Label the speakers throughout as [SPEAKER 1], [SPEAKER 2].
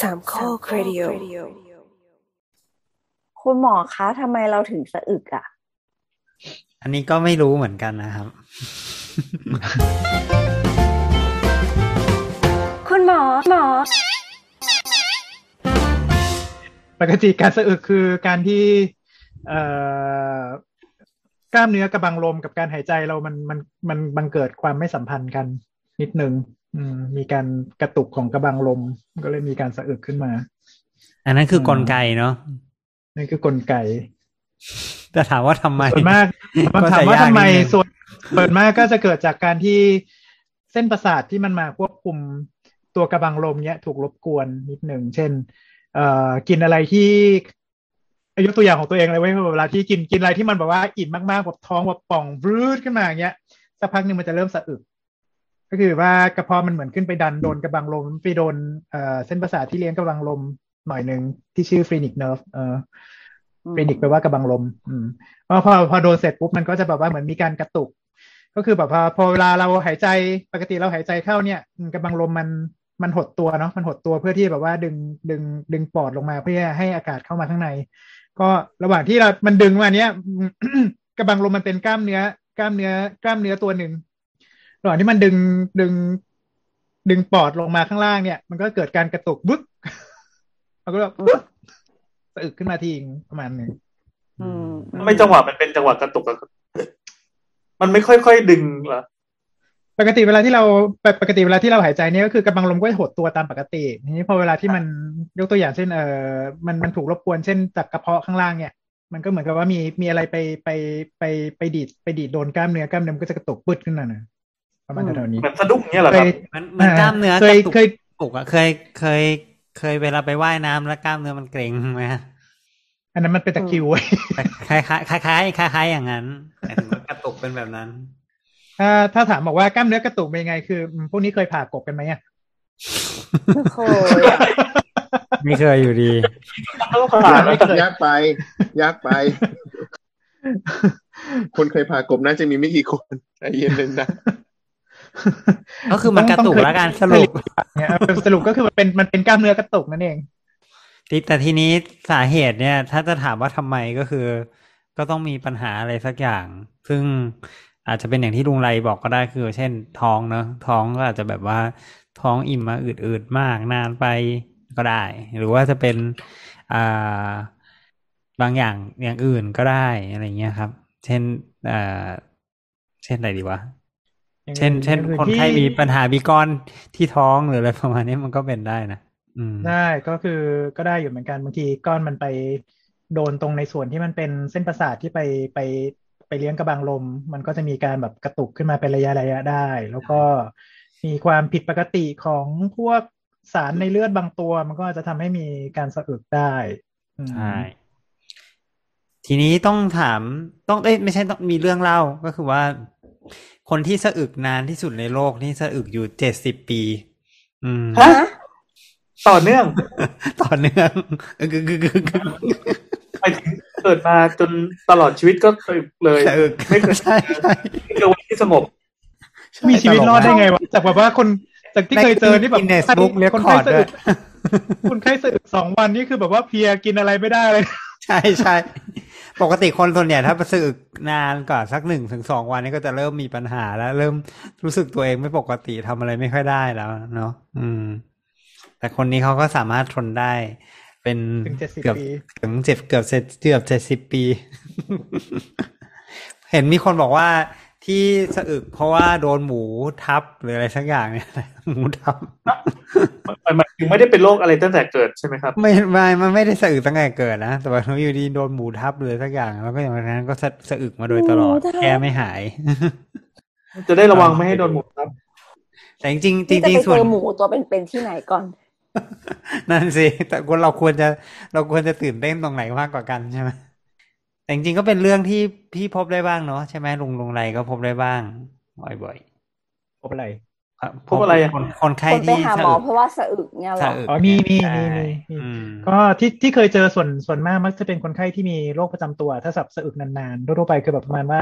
[SPEAKER 1] สามข้อครดิโอ
[SPEAKER 2] คุณหมอคะทำไมเราถึงสะอึกอะ
[SPEAKER 3] อันนี้ก็ไม่รู้เหมือนกันนะครับ
[SPEAKER 2] คุณหมอหมอ
[SPEAKER 4] ปกติการสะอึกคือการที่เอ่อกล้ามเนื้อกระบังลมกับการหายใจเรามันมันมันบังเกิดความไม่สัมพันธ์กันนิดนึงอืมมีการกระตุกของกระบังลม ก็เลยมีการสะอึกขึ้นมา
[SPEAKER 3] อันนั้นคือ
[SPEAKER 4] อืม
[SPEAKER 3] กลไกเนาะ
[SPEAKER 4] นั่นคือกลไก
[SPEAKER 3] แต่ถามว่าทำไม
[SPEAKER 4] ส่วนมาก
[SPEAKER 3] ก็จะ
[SPEAKER 4] ถามว่าย
[SPEAKER 3] ากนิดนึง
[SPEAKER 4] ทำไมส่วนส่วนมากก็จะเกิดจากการที่เส้นประสาทที่มันมาควบคุมตัวกระบังลมเนี้ยถูกรบกวนนิดหนึ่ง เช่น เอ่อกินอะไรที่อายุตัวอย่างของตัวเองเลยเว้ยเวลาที่กินกินอะไรที่มันแบบว่าอิ่มมากๆแบบท้องแบบป่องวืดขึ้นมาอย่างเงี้ยสักพักหนึ่งมันจะเริ่มสะอึก ก็คือว่ากระเพาะมันเหมือนขึ้นไปดันโดนกระบังลมไปโดนเอ่อเส้นประสาทที่เลี้ยงกระบังลมหน่อยหนึ่งที่ชื่อฟรีนิกเนิร์ฟเออ
[SPEAKER 2] อืม
[SPEAKER 4] ฟรีนิกแปลว่ากระบังลม อืม พอพอพอโดนเสร็จปุ๊บมันก็จะแบบว่าเหมือนมีการกระตุก ก็คือแบบพอพอเวลาเราหายใจปกติเราหายใจเข้าเนี่ยอืมกำลังลมมันมันหดตัวเนาะมันหดตัวเพื่อที่แบบว่าดึงดึงดึงปอดลงมาเพื่อให้อากาศเข้ามาข้างใน ก็ระหว่างที่เรา มันดึงมาเนี้ย กระบังลมมันเป็นกล้ามเนื้อ กล้ามเนื้อกล้ามเนื้อตัวหนึ่งระหว่างที่มันดึงดึง ดึงปอดลงมาข้างล่างเนี่ย มันก็เกิดการกระตุกบึ๊ก มันก็แบบบึ๊กสะอึกขึ้นมาทีนึงประมาณหนึ่ง
[SPEAKER 2] อืม
[SPEAKER 5] ทำไมจังหวะมันเป็นจังหวะกระตุกอะมันไม่ค่อยค่อยๆดึงเหรอ
[SPEAKER 4] ปกติเวลาที่เราปปกติเวลาที่เราหายใจเนี่ยก็คือกำลังลมก็จะหดตัวตามปกติทีนี้พอเวลาที่มันยกตัวอย่างเช่นเออมันมันถูกรบกวนเช่นจากกระเพาะข้างล่างเนี่ย มันก็เหมือนกับว่ามีมีอะไรไปไปไปไปดีดไปดีดโดนกล้ามเนื้อกล้ามเนื้อมันก็จะกระตุกปึ๊ดขึ้นมานะประมาณแถวๆนี้
[SPEAKER 5] เหมือนสะดุ้งเงี้ยเหรอ
[SPEAKER 4] เค
[SPEAKER 5] ครับ
[SPEAKER 4] ย
[SPEAKER 3] มันมันกล้ามเนื้อ
[SPEAKER 4] เคย
[SPEAKER 3] กระตุกกระ
[SPEAKER 4] เคย
[SPEAKER 3] ตุกอะเคยเคย เคยเวลาไปว่ายน้ำแล้วกล้ามเนื้อมันเกร็งไหมฮะ
[SPEAKER 4] อันนั้นมันเป็นตะคริวเว้ย
[SPEAKER 3] แต่คล้ายคล้ายคล้ายคล้ายคล้ายอย่างนั้นแต่ถึงว่ากระตุกเป็นแบบนั้น
[SPEAKER 4] ถ้าถ้าถามบอกว่ากล้ามเนื้อกระตุกเป็นยังไงคืออืมพวกนี้เคยผ่ากบกันไหมอะ
[SPEAKER 2] โอ้ย
[SPEAKER 3] ไม่เคยอยู่ดี
[SPEAKER 5] ต้องผ่าน
[SPEAKER 4] เคย
[SPEAKER 6] ยากไป ยากไป คนเคยพากบน่าจะมีไม่กี่คนใจเย็นเลยนะ
[SPEAKER 3] ก็คือมันกระตุกแล้วกันสรุป
[SPEAKER 4] เนี่ย เอาสรุปก็คือมันเป็นมันเป็นกล้ามเนื้อกระตุกนั่นเอง
[SPEAKER 3] ทีแต่ทีนี้สาเหตุเนี่ย ถ้าจะถามว่าทำไมก็คือ ก็ต้องมีปัญหาอะไรสักอย่าง ซึ่งอาจจะเป็นอย่างที่ลุงไรบอกก็ได้คือ เช่นท้องเนอะท้องก็อาจจะแบบว่าท้องอิ่มมาอืดๆมากนานไปก็ได้ หรือว่าจะเป็นอ่าบางอย่างอย่างอื่นก็ได้อะไรเงี้ยครับ เช่นอ่าเช่นอะไรดีวะเช่น เช่น คนไข้มีปัญหาบีกอนที่ท้องหรือ อะไรประมาณนี้มันก็เป็นได้นะอืม
[SPEAKER 4] ได้ก็คือก็ได้อยู่เหมือนกันบางทีก้อนมันไปโดนตรงในส่วนที่มันเป็นเส้นประสาทที่ไปไปไปเลี้ยงกระบังลม มันก็จะมีการแบบกระตุกขึ้นมาเป็นระยะระยะได้ แล้วก็มีความผิดปกติของพวกสารในเลือดบางตัว มันก็อาจจะทำให้มีการสะอึกได้อืม
[SPEAKER 3] ใช่ทีนี้ต้องถามต้องเอ้ยไม่ใช่ต้องมีเรื่องเล่าก็คือว่า คนที่สะอึกนานที่สุดในโลกนี่สะอึกอยู่เจ็ดสิบปี อืม
[SPEAKER 5] ฮะ ต่อเนื่อง
[SPEAKER 3] ต่อเนื่อง กึกกึกกึกกึก
[SPEAKER 5] ไปถึงเกิดมาจนตลอดชีวิตก็สะอึกเลย
[SPEAKER 3] สะอึก
[SPEAKER 5] ไม่เคย
[SPEAKER 3] ใช่ใช่
[SPEAKER 5] ไม่เจอวันที่สงบ
[SPEAKER 4] มีชีวิตรอดได้ไงวะจากแบบว่าคนจากที่เคยเจอนี่แบบ
[SPEAKER 3] เนสบุ๊กเรค
[SPEAKER 4] คน
[SPEAKER 3] คอ
[SPEAKER 4] ไข้
[SPEAKER 3] ร์ด
[SPEAKER 4] สะ
[SPEAKER 3] ด้วย
[SPEAKER 4] อึกคนไข้สะอึกสองวันนี่คือแบบว่าเพลียกินอะไรไม่ได้เลย
[SPEAKER 3] ใช่ใช่ปกติคนส่วนใหญ่ถ้าสะอึกนานกว่าสักหนึ่งถึงสองวันนี่ก็จะเริ่มมีปัญหาแล้ว เริ่มรู้สึกตัวเองไม่ปกติทำอะไรไม่ค่อยได้แล้ว เนาะอืม แต่คนนี้เขาก็สามารถทนได้ เป็น
[SPEAKER 4] ถึง70
[SPEAKER 3] เกือบ
[SPEAKER 4] ปี
[SPEAKER 3] ถึงเจ็บเกือบเจ็ดเกือบเจ็ดสิบ70 ปี เห็นมีคนบอกว่าที่สะอึกเพราะว่าโดนหมูทับหรืออะไรสักอย่างเนี่ย หมูทับ
[SPEAKER 5] มันมันถึงไม่ได้เป็นโรคอะไรตั้งแต่เกิดใช่ไหมครับ
[SPEAKER 3] ไม่ไม่มันไม่ได้สะอึกตั้งแต่เกิดนะ แต่ว่าอยู่ดีโดนหมูทับเลยสักอย่าง แล้วก็อย่างนั้นก็สะสะอึกมาโดยตลอด
[SPEAKER 2] หมูทับ
[SPEAKER 3] แก้ไม่หาย
[SPEAKER 5] จะได้ระวังไม่ให้โดนหมูครับ
[SPEAKER 3] แต่จริงๆจ
[SPEAKER 2] นี่จะ
[SPEAKER 3] ริง
[SPEAKER 2] ไป
[SPEAKER 3] ๆส่ว
[SPEAKER 2] เจ
[SPEAKER 3] น
[SPEAKER 2] อหมูตัวเป็นๆที่ไหนก่อน
[SPEAKER 3] นั่นสิแต่คนเราควรจะเราควรจะตื่นเต้นตรงไหนมากกว่ากันใช่ไหมแต่จริงๆก็เป็นเรื่องที่พี่พบได้บ้างเนาะใช่ไหมลุงลุงไรก็พบได้บ้าง บ่อย
[SPEAKER 4] พบอะไร
[SPEAKER 3] ๆครับ
[SPEAKER 5] พบอะไรอะ
[SPEAKER 3] คนคนไข้
[SPEAKER 2] คนไป
[SPEAKER 3] ที่
[SPEAKER 2] หาหมอเพราะว่าสะอึกเนี่ยเหร
[SPEAKER 3] สะ
[SPEAKER 2] อ
[SPEAKER 3] อึก
[SPEAKER 4] อ๋อมีมี
[SPEAKER 3] ใช่
[SPEAKER 4] มีมีมี
[SPEAKER 3] อืม
[SPEAKER 4] ก็ที่ที่เคยเจอส่วนส่วนมากมักจะเป็นคนไข้ที่มีโรคประจำตัว ถ้าสับสะอึกนานๆทั่วๆไปคือแบบประมาณว่า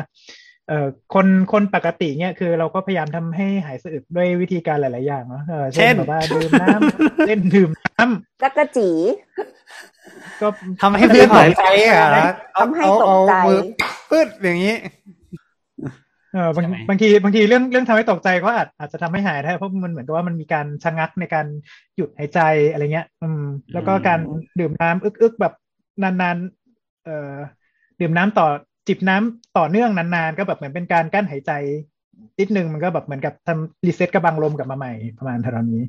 [SPEAKER 4] เอ่อคนคนปกติเนี่ยคือเราก็พยายามทำให้หายสะอึกด้วยวิธีการหลาย ๆ อย่างเนาะเออเช่
[SPEAKER 3] เช่
[SPEAKER 4] น
[SPEAKER 3] น
[SPEAKER 4] แบบว่าดื่มน้ำเล่นดื่มน้ำ
[SPEAKER 2] จักรจี
[SPEAKER 4] ก็
[SPEAKER 3] ทำให้เพื่อนตกใจอ่ะ
[SPEAKER 2] ทำให้ตกใจ
[SPEAKER 3] เอามือปืดอย่างนี้
[SPEAKER 4] เออบาง
[SPEAKER 3] ใช่ไหม
[SPEAKER 4] บางทีบางทีเรื่องเรื่องทำให้ตกใจก็อาจอาจจะทำให้หายได้เพราะมันเหมือนกับว่ามันมีการชะงักในการหยุดหายใจอะไรเงี้ย อืม แล้วก็การดื่มน้ำอึกๆแบบนานๆเอ่อดื่มน้ำต่อจิบน้ำต่อเนื่องนานๆ ก็แบบเหมือนเป็นการกั้นหายใจนิดนึงมันก็แบบเหมือนกับทำรีเซ็ตกระบังลมกลับมาใหม่ประมาณเท่านี้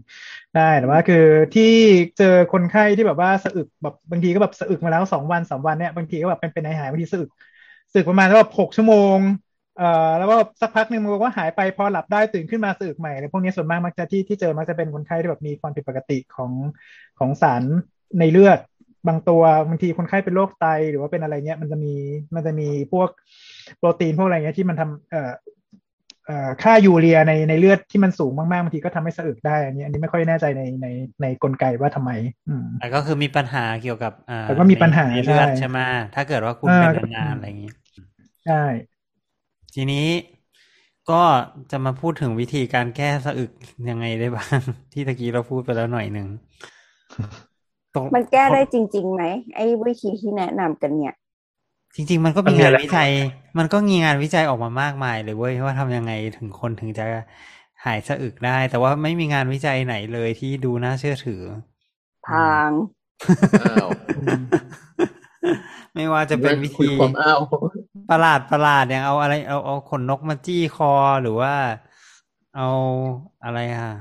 [SPEAKER 4] ได้แต่ว่าคือที่เจอคนไข้ที่แบบว่าสะอึกแบบบางทีก็แบบสะอึกมาแล้วสองวันสามวันเนี่ยบางทีก็แบบเป็นเป็นหายหายบางทีสะอึกสะอึกประมาณแบบหกชั่วโมงเอ่อแล้วก็สักพักหนึ่งมันก็หายไปพอหลับได้ตื่นขึ้นมาสะอึกใหม่อะไรพวกนี้ส่วนมากมักจะที่ที่เจอมักจะเป็นคนไข้ที่แบบมีความผิดปกติของของสารในเลือดบางตัวบางทีคนไข้เป็นโรคไตหรือว่าเป็นอะไรเงี้ยมันจะมีมันจะมีพวกโปรตีนพวกอะไรเงี้ยที่มันทำเอ่อ เอ่อค่ายูเรียในในเลือดที่มันสูงมาก ๆบางทีก็ทำให้สะอึกได้อันนี้ อันนี้ไม่ค่อยแน่ใจในในในกลไกว่าทำไม อืม
[SPEAKER 3] แต่ก็คือมีปัญหาเกี่ยวกับอ่า
[SPEAKER 4] แต่ก็มีปัญหา
[SPEAKER 3] ในเลือด
[SPEAKER 4] ใช่
[SPEAKER 3] ใช่ไหมถ้าเกิดว่าคุณ
[SPEAKER 4] อ่า
[SPEAKER 3] เป็นนานๆอะไรอย่างนี้
[SPEAKER 4] ใช่
[SPEAKER 3] ทีนี้ก็จะมาพูดถึงวิธีการแก้สะอึกยังไงได้บ้าง ที่ตะกี้เราพูดไปแล้วหน่อยหนึ่งตรง
[SPEAKER 2] มันแก้ได้จริงๆไหมไอ้วิธีที่แนะนำกันเนี่ย
[SPEAKER 3] จริง ๆ มันก็มี
[SPEAKER 5] มันมี
[SPEAKER 3] งาน
[SPEAKER 5] อะไร
[SPEAKER 3] วิจัย มันก็มีงานวิจัยออกมามากมายเลยเว้ยว่าทำยังไงถึงคนถึงจะหายสะอึกได้ แต่ว่าไม่มีงานวิจัยไหนเลยที่ดูน่าเชื่อถือ
[SPEAKER 2] ทาง
[SPEAKER 6] อ้าว
[SPEAKER 3] ไม่ว่าจะเป็นวิ
[SPEAKER 6] คุย
[SPEAKER 3] ธี
[SPEAKER 6] ความอ้าว
[SPEAKER 3] ประหลาดประหลาดอย่างเอาอะไรเอาเอาขนนกมาจี้คอหรือว่า เอาอะไรอ่ะ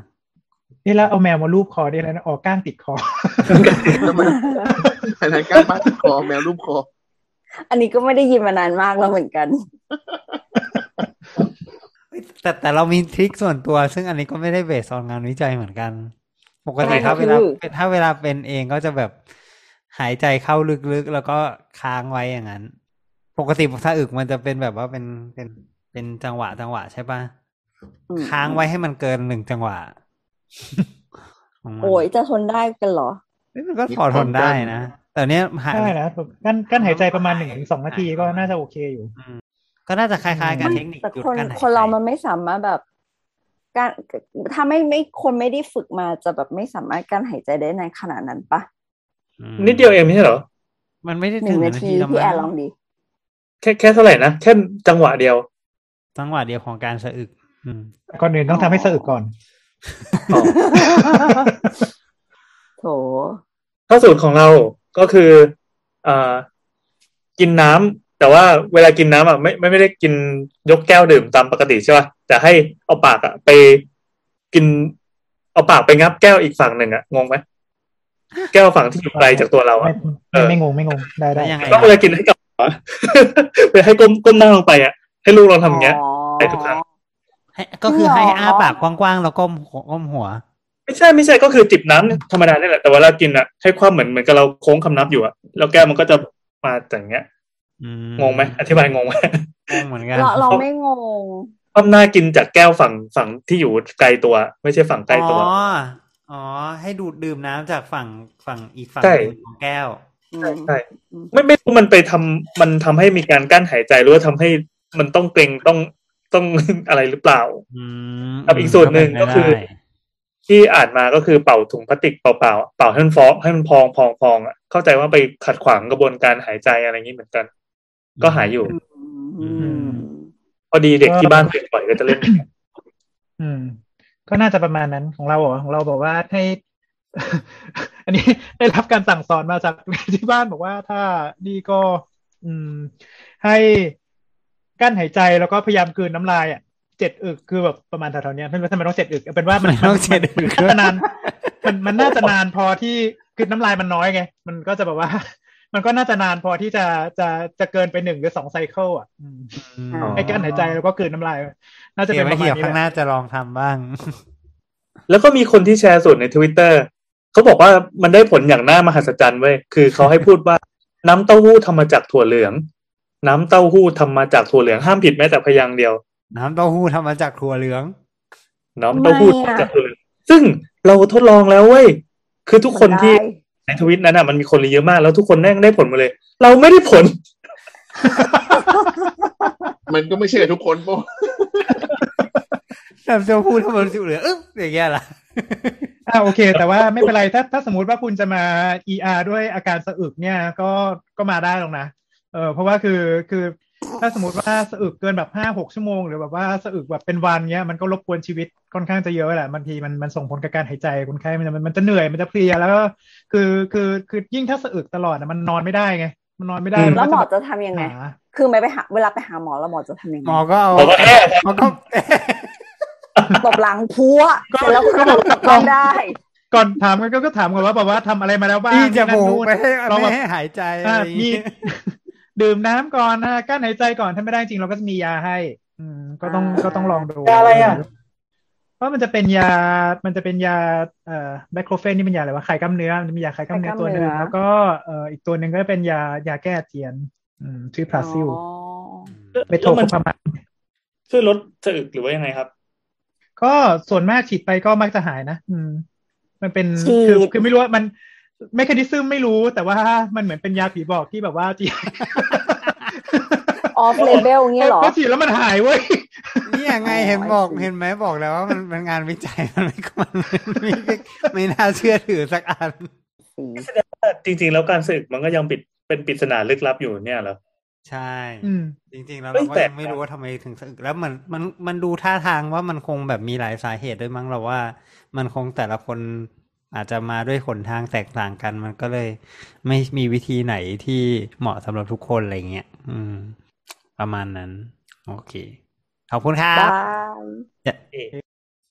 [SPEAKER 4] นี่แล้วเอาแมวมาลูบคอได้แล้วนะออกก้างติดคอ
[SPEAKER 6] ทำไมอันนั้นกล้ารปัดคอแมวรูปคอ
[SPEAKER 2] อันนี้ก็ไม่ได้ยินมานานมากแล้วเหมือนกัน
[SPEAKER 3] แต่แต่เรามีทริคส่วนตัว ซึ่งอันนี้ก็ไม่ได้เบสออนงานวิจัยเหมือนกัน ปกติ
[SPEAKER 2] อะไร
[SPEAKER 3] ถ้า
[SPEAKER 2] คะ
[SPEAKER 3] เวลา
[SPEAKER 2] พี่
[SPEAKER 3] ถ้าเวลาเป็นเองก็จะแบบหายใจเข้าลึกๆ แล้วก็ค้างไว้อย่างนั้น ปกติถ้าอึกมันจะเป็นแบบว่าเป็นเป็นเป็นจังหวะจังหวะใช่ปะ
[SPEAKER 2] อืม
[SPEAKER 3] ค้างไว้ให้มันเกินหนึ่งจังหวะของมัน
[SPEAKER 2] โอ้ยจะทนได้กันเหรอ
[SPEAKER 3] เอ้ยมันก็พอทนได้นะแต่เนี้ยหา
[SPEAKER 4] ใช่นะแบบกั้นกั้นหายใจประมาณหนึ่งถึงสองนาทีก็น่าจะโอเคอยู่
[SPEAKER 3] ก็น่าจะคล้ายๆกันเทคนิค
[SPEAKER 2] แต่
[SPEAKER 3] หยุด
[SPEAKER 2] คน
[SPEAKER 3] กั้หยใจ
[SPEAKER 2] คนเรามันไม่สามารถแบบการถ้าไม่ไม่คนไม่ได้ฝึกมาจะแบบไม่สามารถกั้นหายใจได้ในขนาดนั้นปะ
[SPEAKER 3] อืม
[SPEAKER 5] นิดเดียวเองไม่ใช่เหรอ
[SPEAKER 3] มันไม่ได้
[SPEAKER 2] ห
[SPEAKER 3] ถึ
[SPEAKER 2] นึ่
[SPEAKER 3] ง
[SPEAKER 2] ง
[SPEAKER 3] นา
[SPEAKER 2] นา
[SPEAKER 3] ที
[SPEAKER 2] ที
[SPEAKER 3] หรอก
[SPEAKER 2] พี่แอ
[SPEAKER 3] มั้ง
[SPEAKER 2] ร์ลองดี
[SPEAKER 5] แค่แค่เท่าไหร่นะ แค่จังหวะเดียว
[SPEAKER 3] จังหวะเดียวของการสะอึก อืม
[SPEAKER 4] ก่อนอื่นต้องทำให้สะอึกก่อน
[SPEAKER 2] โถ
[SPEAKER 5] ถ้าสูตรของเราก็คือเอ่อกินน้ำแต่ว่าเวลากินน้ำอ่ะไม่ไม่ไม่ได้กินยกแก้วดื่มตามปกติใช่ป่ะแต่ให้เอาปากอ่ะไปกิน เอาปากไปงับแก้วอีกฝั่งหนึ่งอ่ะงงไหมแก้วฝั่งที่อยู่ไกลจากตัวเรา
[SPEAKER 4] ไม่
[SPEAKER 5] อ่ะ เอ
[SPEAKER 4] ไม่
[SPEAKER 5] อ
[SPEAKER 4] ไม่งงไม่งงได้ได้
[SPEAKER 3] แล้วยังไง
[SPEAKER 5] ต้องเวลากินให้กับหัว ไปให้ก้มก้มหน้าลงไปอ่ะ ให้ลูกเราทำอย่างเงี้ย
[SPEAKER 2] อ๋อ
[SPEAKER 5] ไปทุกครั้ง
[SPEAKER 3] ให้ก็คือ
[SPEAKER 2] หรอ
[SPEAKER 3] ให้อ้าปากกว้างๆแล้วก้มหัวก้มหัว
[SPEAKER 5] ไม่ใช่ไม่ใช่ก็คือจิบน้ำธรรมดาเนี่ยแหละแต่เวลากินอ่ะให้ความเหมือนเหมือนกับเราโค้งคำนับอยู่อ่ะแล้วแก้วมันก็จะมาอย่างเงี้ย
[SPEAKER 3] อื
[SPEAKER 5] งงไหมอธิบายงงไหม
[SPEAKER 3] งงเหมือนกัน
[SPEAKER 2] เราเราไม่งง
[SPEAKER 5] คว่ำหน้ากินจากแก้วฝั่งฝั่งที่อยู่ไกลตัว ไม่ใช่ฝั่งใกล้ตัว
[SPEAKER 3] อ๋ออ๋อ ให้ดูดดื่มน้ำจากฝั่งฝั่งอีกฝั่ง
[SPEAKER 5] ใช่
[SPEAKER 3] หนึ่งของแก้ว
[SPEAKER 2] อืม
[SPEAKER 5] ใช่
[SPEAKER 2] อืม
[SPEAKER 5] ไม่ไม่รู้มันไปทำมันทำให้มีการกั้นหายใจหรือว่าทำให้มันต้องเกรงต้องต้อง อะไรหรือเปล่า
[SPEAKER 3] อืม
[SPEAKER 5] กับอีกส่วนหนึ่งก็คือ
[SPEAKER 3] ไม่ได้
[SPEAKER 5] ที่อ่านมาก็คือเป่าถุงพลาสติกเปล่าๆเป่าให้มันฟองให้มันพองพองพองอ่ะเข้าใจว่าไปขัดขวางกระบวนการหายใจอะไรอย่างนี้เหมือนกัน ก็หายอยู่
[SPEAKER 2] อืม
[SPEAKER 5] พอดีเด็กที่บ้านเป็นบ่อยก็จะเล่นอย่างเงี้ย
[SPEAKER 4] อืม ก็น่าจะประมาณนั้นของเราเหรอของเราบอกว่าให้ อันนี้ ได้รับการสั่งสอนมาจาก ที่บ้านบอกว่าถ้านี่ก็ อืม ให้กั้นหายใจแล้วก็พยายามกลืนน้ำลายอ่ะเจ็ดอึกคือแบบประมาณแถวๆเนี้ยไม่รู้ทำไมต้องเจ็ดอึกเอาเป็นว่ามัน
[SPEAKER 3] ไม่ต้องเช็ดอึก
[SPEAKER 4] น่า
[SPEAKER 3] ด้วย
[SPEAKER 4] จะนานมันมันน่าจะนานพอที่คือน้ำลายมันน้อยไง มันก็จะแบบว่า มันก็น่าจะนานพอที่จะจะจะเกินไปหนึ่งหรือสองไซเคิลอ่ะอืม
[SPEAKER 3] อ๋อ
[SPEAKER 4] ให้กั้นหายใจแล้วก็กลืนน้ำลาย น่าจะ
[SPEAKER 3] เดี๋ย
[SPEAKER 4] เป็
[SPEAKER 3] วน
[SPEAKER 4] ป
[SPEAKER 3] ไม่
[SPEAKER 4] ระมาณ
[SPEAKER 3] เหี่ยว
[SPEAKER 4] นี้
[SPEAKER 3] ข้างห
[SPEAKER 4] แหละ
[SPEAKER 3] น้าจะลองทำบ้าง
[SPEAKER 5] แล้วก็มีคนที่แชร์ส่วนในทวิตเตอร์เขาบอกว่ามันได้ผลอย่างน่ามหัศจรรย์เว้ยคือเขาให้พูดว่า น้ำเต้าหู้ทำมาจากถั่วเหลือง น้ำเต้าหู้ทำมาจากถั่วเหลืองห้ามผิดแม้แต่พยางค์เดียว
[SPEAKER 3] น้ำเต้าหู้ทำมาจากถั่วเหลือง
[SPEAKER 5] น้ำเต้าหู้ทำมาจากถั่วเหลืองซึ่งเราทดลองแล้วเว้ยคือทุกคนที่
[SPEAKER 2] ได้
[SPEAKER 5] ในทวิตนั้นอ่ะมันมีคนเยอะมากแล้วทุกคนแม่งได้ผลหมาเลย เราไม่ได้ผล
[SPEAKER 6] มันก็ไม่ใช่ทุกคนป่ะ
[SPEAKER 3] แบบจะพูดทำไมรู้สึกเหลือเอ๊ะอย่างเงี้ยล่ะ
[SPEAKER 4] อ่าโอเค แต่ว่าไม่เป็นไรถ้าถ้าสมมติว่าคุณจะมา ER ด้วยอาการสะอึกเนี่ยก็ก็มาได้หรอกนะเออเพราะว่าคือคือ ถ้าสมมติว่าสะอึกเกินแบบห้าหกชั่วโมง หรือแบบว่าสะอึกแบบเป็นวันเนี้ยมันก็รบกวนชีวิตค่อนข้างจะเยอะแหละบางทีมันมันส่งผลกับการหายใจคนไข้มันจะมันมันจะเหนื่อยมันจะเพลียแล้วก็คือคือคือยิ่งถ้าสะอึกตลอดอะมันนอนไม่ได้ไง มันนอนไม่ได้
[SPEAKER 5] อืม
[SPEAKER 4] น
[SPEAKER 2] แล้วหม
[SPEAKER 4] ก็
[SPEAKER 2] อ
[SPEAKER 4] บบ
[SPEAKER 2] จะทำยังไง
[SPEAKER 4] หา
[SPEAKER 2] คือไม่ไปหาเวลาไปหาหมอแล้วหมอจะทำยัง
[SPEAKER 3] หม
[SPEAKER 2] ไง
[SPEAKER 3] อก็เอา
[SPEAKER 5] หมอก็แอะ
[SPEAKER 3] หมอก็แอะ
[SPEAKER 2] ตบหลังพัว
[SPEAKER 4] ก็
[SPEAKER 2] เสร็จแล้ว
[SPEAKER 4] ก็บอก
[SPEAKER 2] ก็ไม่ได้
[SPEAKER 4] ก่อนถามกันก็ก็ถามก่อนว่าแบบว่าทำอะไรมาแล้วบ้าง
[SPEAKER 3] ที่จะ
[SPEAKER 4] นั่น
[SPEAKER 3] โบก
[SPEAKER 4] นู่น
[SPEAKER 3] ไปให้
[SPEAKER 4] เราแบบ
[SPEAKER 3] ไม่ให้หายใจอะ
[SPEAKER 4] อ่ะ
[SPEAKER 3] ไรอย่าง
[SPEAKER 4] มี
[SPEAKER 3] งี้
[SPEAKER 4] ดื่มน้ำก่อนนะกั้นหายใจก่อนถ้าไม่ได้จริงเราก็จะมียาให้ อืม ก็ต้อง
[SPEAKER 2] อ่า
[SPEAKER 4] ก็ต้องลองดู
[SPEAKER 5] ยาอะไรอ่ะ
[SPEAKER 4] เพราะมันจะเป็นยา มันจะเป็นยาเอ่อแบคโครเฟนนี่เป็นยาอะไรวะคลายกล้ามเนื้อมันจะมียาคลายกล้ามเนื้อตัวหนึ่ง
[SPEAKER 2] คลายกล้ามเนื้อ
[SPEAKER 4] แล้วก็เอ่ออีกตัวหนึ่งก็เป็นยายาแก้อาเจียน อืมชื่อพลาซิล
[SPEAKER 2] อ๋อ
[SPEAKER 4] เมโทโคพามา
[SPEAKER 5] ช่วยลดสะอึกหรือว่ายังไงครับ
[SPEAKER 4] ก็ส่วนมากฉีดไปก็มักจะหายนะอืม มันเป็น
[SPEAKER 5] ฉีด
[SPEAKER 4] คือคือไม่รู้ว่ามันไม่คดิซึมไม่รู้แต่ว่ามันเหมือนเป็นยาผีบอกที่แบบว่าจี
[SPEAKER 2] ออฟเลเบลเงี้ยเหรอ
[SPEAKER 4] ก็ฉีดแล้วมันหายเว้ย
[SPEAKER 3] นี่ ยังไงเห็นบอก
[SPEAKER 2] อ๋อ I see
[SPEAKER 3] เห็นไหมบอกแล้วว่ามันมันงานวิจัยมันไม่ มันไม่ไม่น่าเชื่อถือสักอัน
[SPEAKER 2] สี
[SPEAKER 5] จริง ๆ แล้วการสะอึกมันก็ยังปิดเป็นปริศนาลึกลับอยู่เนี่ยเหรอ
[SPEAKER 3] ใช่
[SPEAKER 4] อืม
[SPEAKER 3] จริงๆแล้ว
[SPEAKER 5] เฮ้
[SPEAKER 3] เรา
[SPEAKER 5] ย
[SPEAKER 3] ก็
[SPEAKER 5] แปลก
[SPEAKER 3] ยังไม่รู้ว่าทำไมถึงสะอึกแล้วมันมันมันดูท่าทางว่ามันคงแบบมีหลายสาเหตุด้วยมั้งเราว่า มันคงแต่ละคนอาจจะมาด้วยขนทางแตกต่างกัน มันก็เลยไม่มีวิธีไหนที่เหมาะสำหรับทุกคนอะไรเงี้ยอืม ประมาณนั้น โอเค ขอบคุณครับ
[SPEAKER 2] ได้
[SPEAKER 3] อย่า